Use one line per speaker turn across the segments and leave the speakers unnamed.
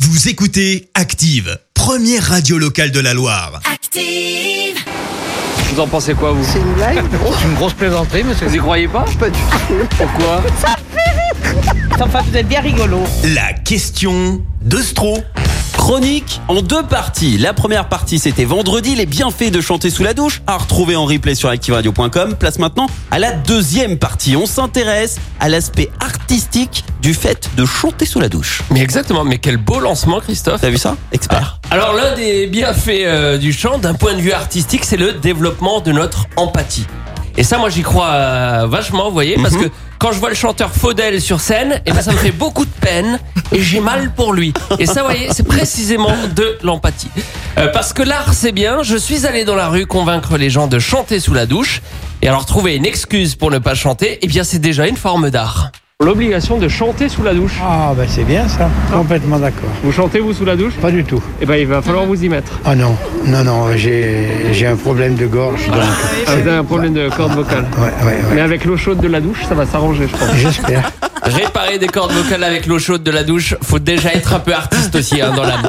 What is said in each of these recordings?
Vous écoutez Active, première radio locale de la Loire.
Active!
Vous en pensez quoi, vous
C'est une blague
Une grosse plaisanterie, monsieur.
Vous y croyez pas
Pas du tout.
Pourquoi
Enfin, vous êtes bien rigolo.
La question de Stro.
Chronique en deux parties. La première partie, c'était vendredi, les bienfaits de chanter sous la douche, à retrouver en replay sur activeradio.com. Place maintenant à la deuxième partie. On s'intéresse à l'aspect artistique du fait de chanter sous la douche.
Mais exactement, mais quel beau lancement Christophe
T'as vu ça Expert.
Alors l'un des bienfaits euh, du chant d'un point de vue artistique, c'est le développement de notre empathie. Et ça moi j'y crois euh, vachement, vous voyez, parce
Mhm.
que quand je vois le chanteur Faudel sur scène, et ben, ça me fait beaucoup de peine et j'ai mal pour lui. Et ça, vous voyez, c'est précisément de l'empathie. Euh, parce que l'art c'est bien, je suis allé dans la rue convaincre les gens de chanter sous la douche. Et alors trouver une excuse pour ne pas chanter, eh bien c'est déjà une forme d'art.
L'obligation de chanter sous la douche.
Ah bah c'est bien ça, complètement d'accord.
Vous chantez vous sous la douche
Pas du tout.
Eh ben il va falloir vous y mettre.
Ah non, non, non, j'ai j'ai un problème de gorge. donc-
Ah, Vous avez un problème de corde vocale.
Ouais, ouais, ouais.
Mais avec l'eau chaude de la douche, ça va s'arranger, je pense.
J'espère.
Réparer des cordes vocales avec l'eau chaude de la douche, faut déjà être un peu artiste aussi hein, dans l'âme.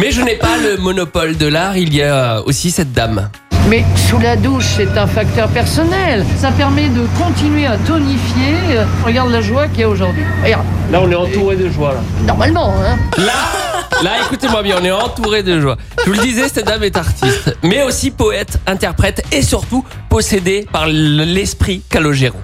Mais je n'ai pas le monopole de l'art, il y a aussi cette dame.
Mais sous la douche, c'est un facteur personnel. Ça permet de continuer à tonifier. Euh, Regarde la joie qu'il y a aujourd'hui. Regarde,
Là, on est entouré de joie. Là.
normalement, hein.
Là, là écoutez-moi bien, on est entouré de joie. Je vous le disais, cette dame est artiste, mais aussi poète, interprète et surtout possédée par l'esprit Calogero.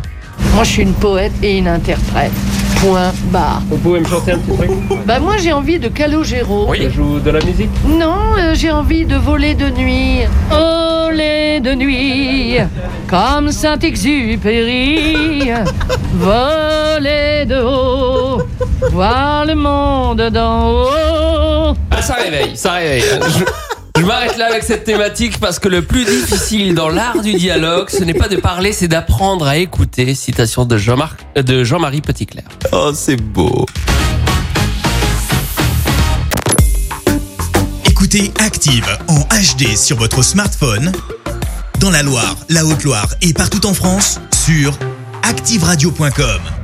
Moi, je suis une poète et une interprète. Point barre.
Vous pouvez me chanter un petit truc
Bah moi, j'ai envie de Calogero.
Je joue de la musique.
Non, euh, j'ai envie de voler de nuit. Voler de nuit, comme Saint-Exupéry. Voler de haut, voir le monde d'en haut.
Ah, ça réveille, ça réveille. Je, je m'arrête là avec cette thématique parce que le plus difficile dans l'art du dialogue, ce n'est pas de parler, c'est d'apprendre à écouter. Citation de Jean-Marc, euh, de Jean-Marie Petitclerc.
Oh, c'est beau.
Écoutez Active en HD sur votre smartphone, dans la Loire, la Haute-Loire et partout en France, sur activeradio.com.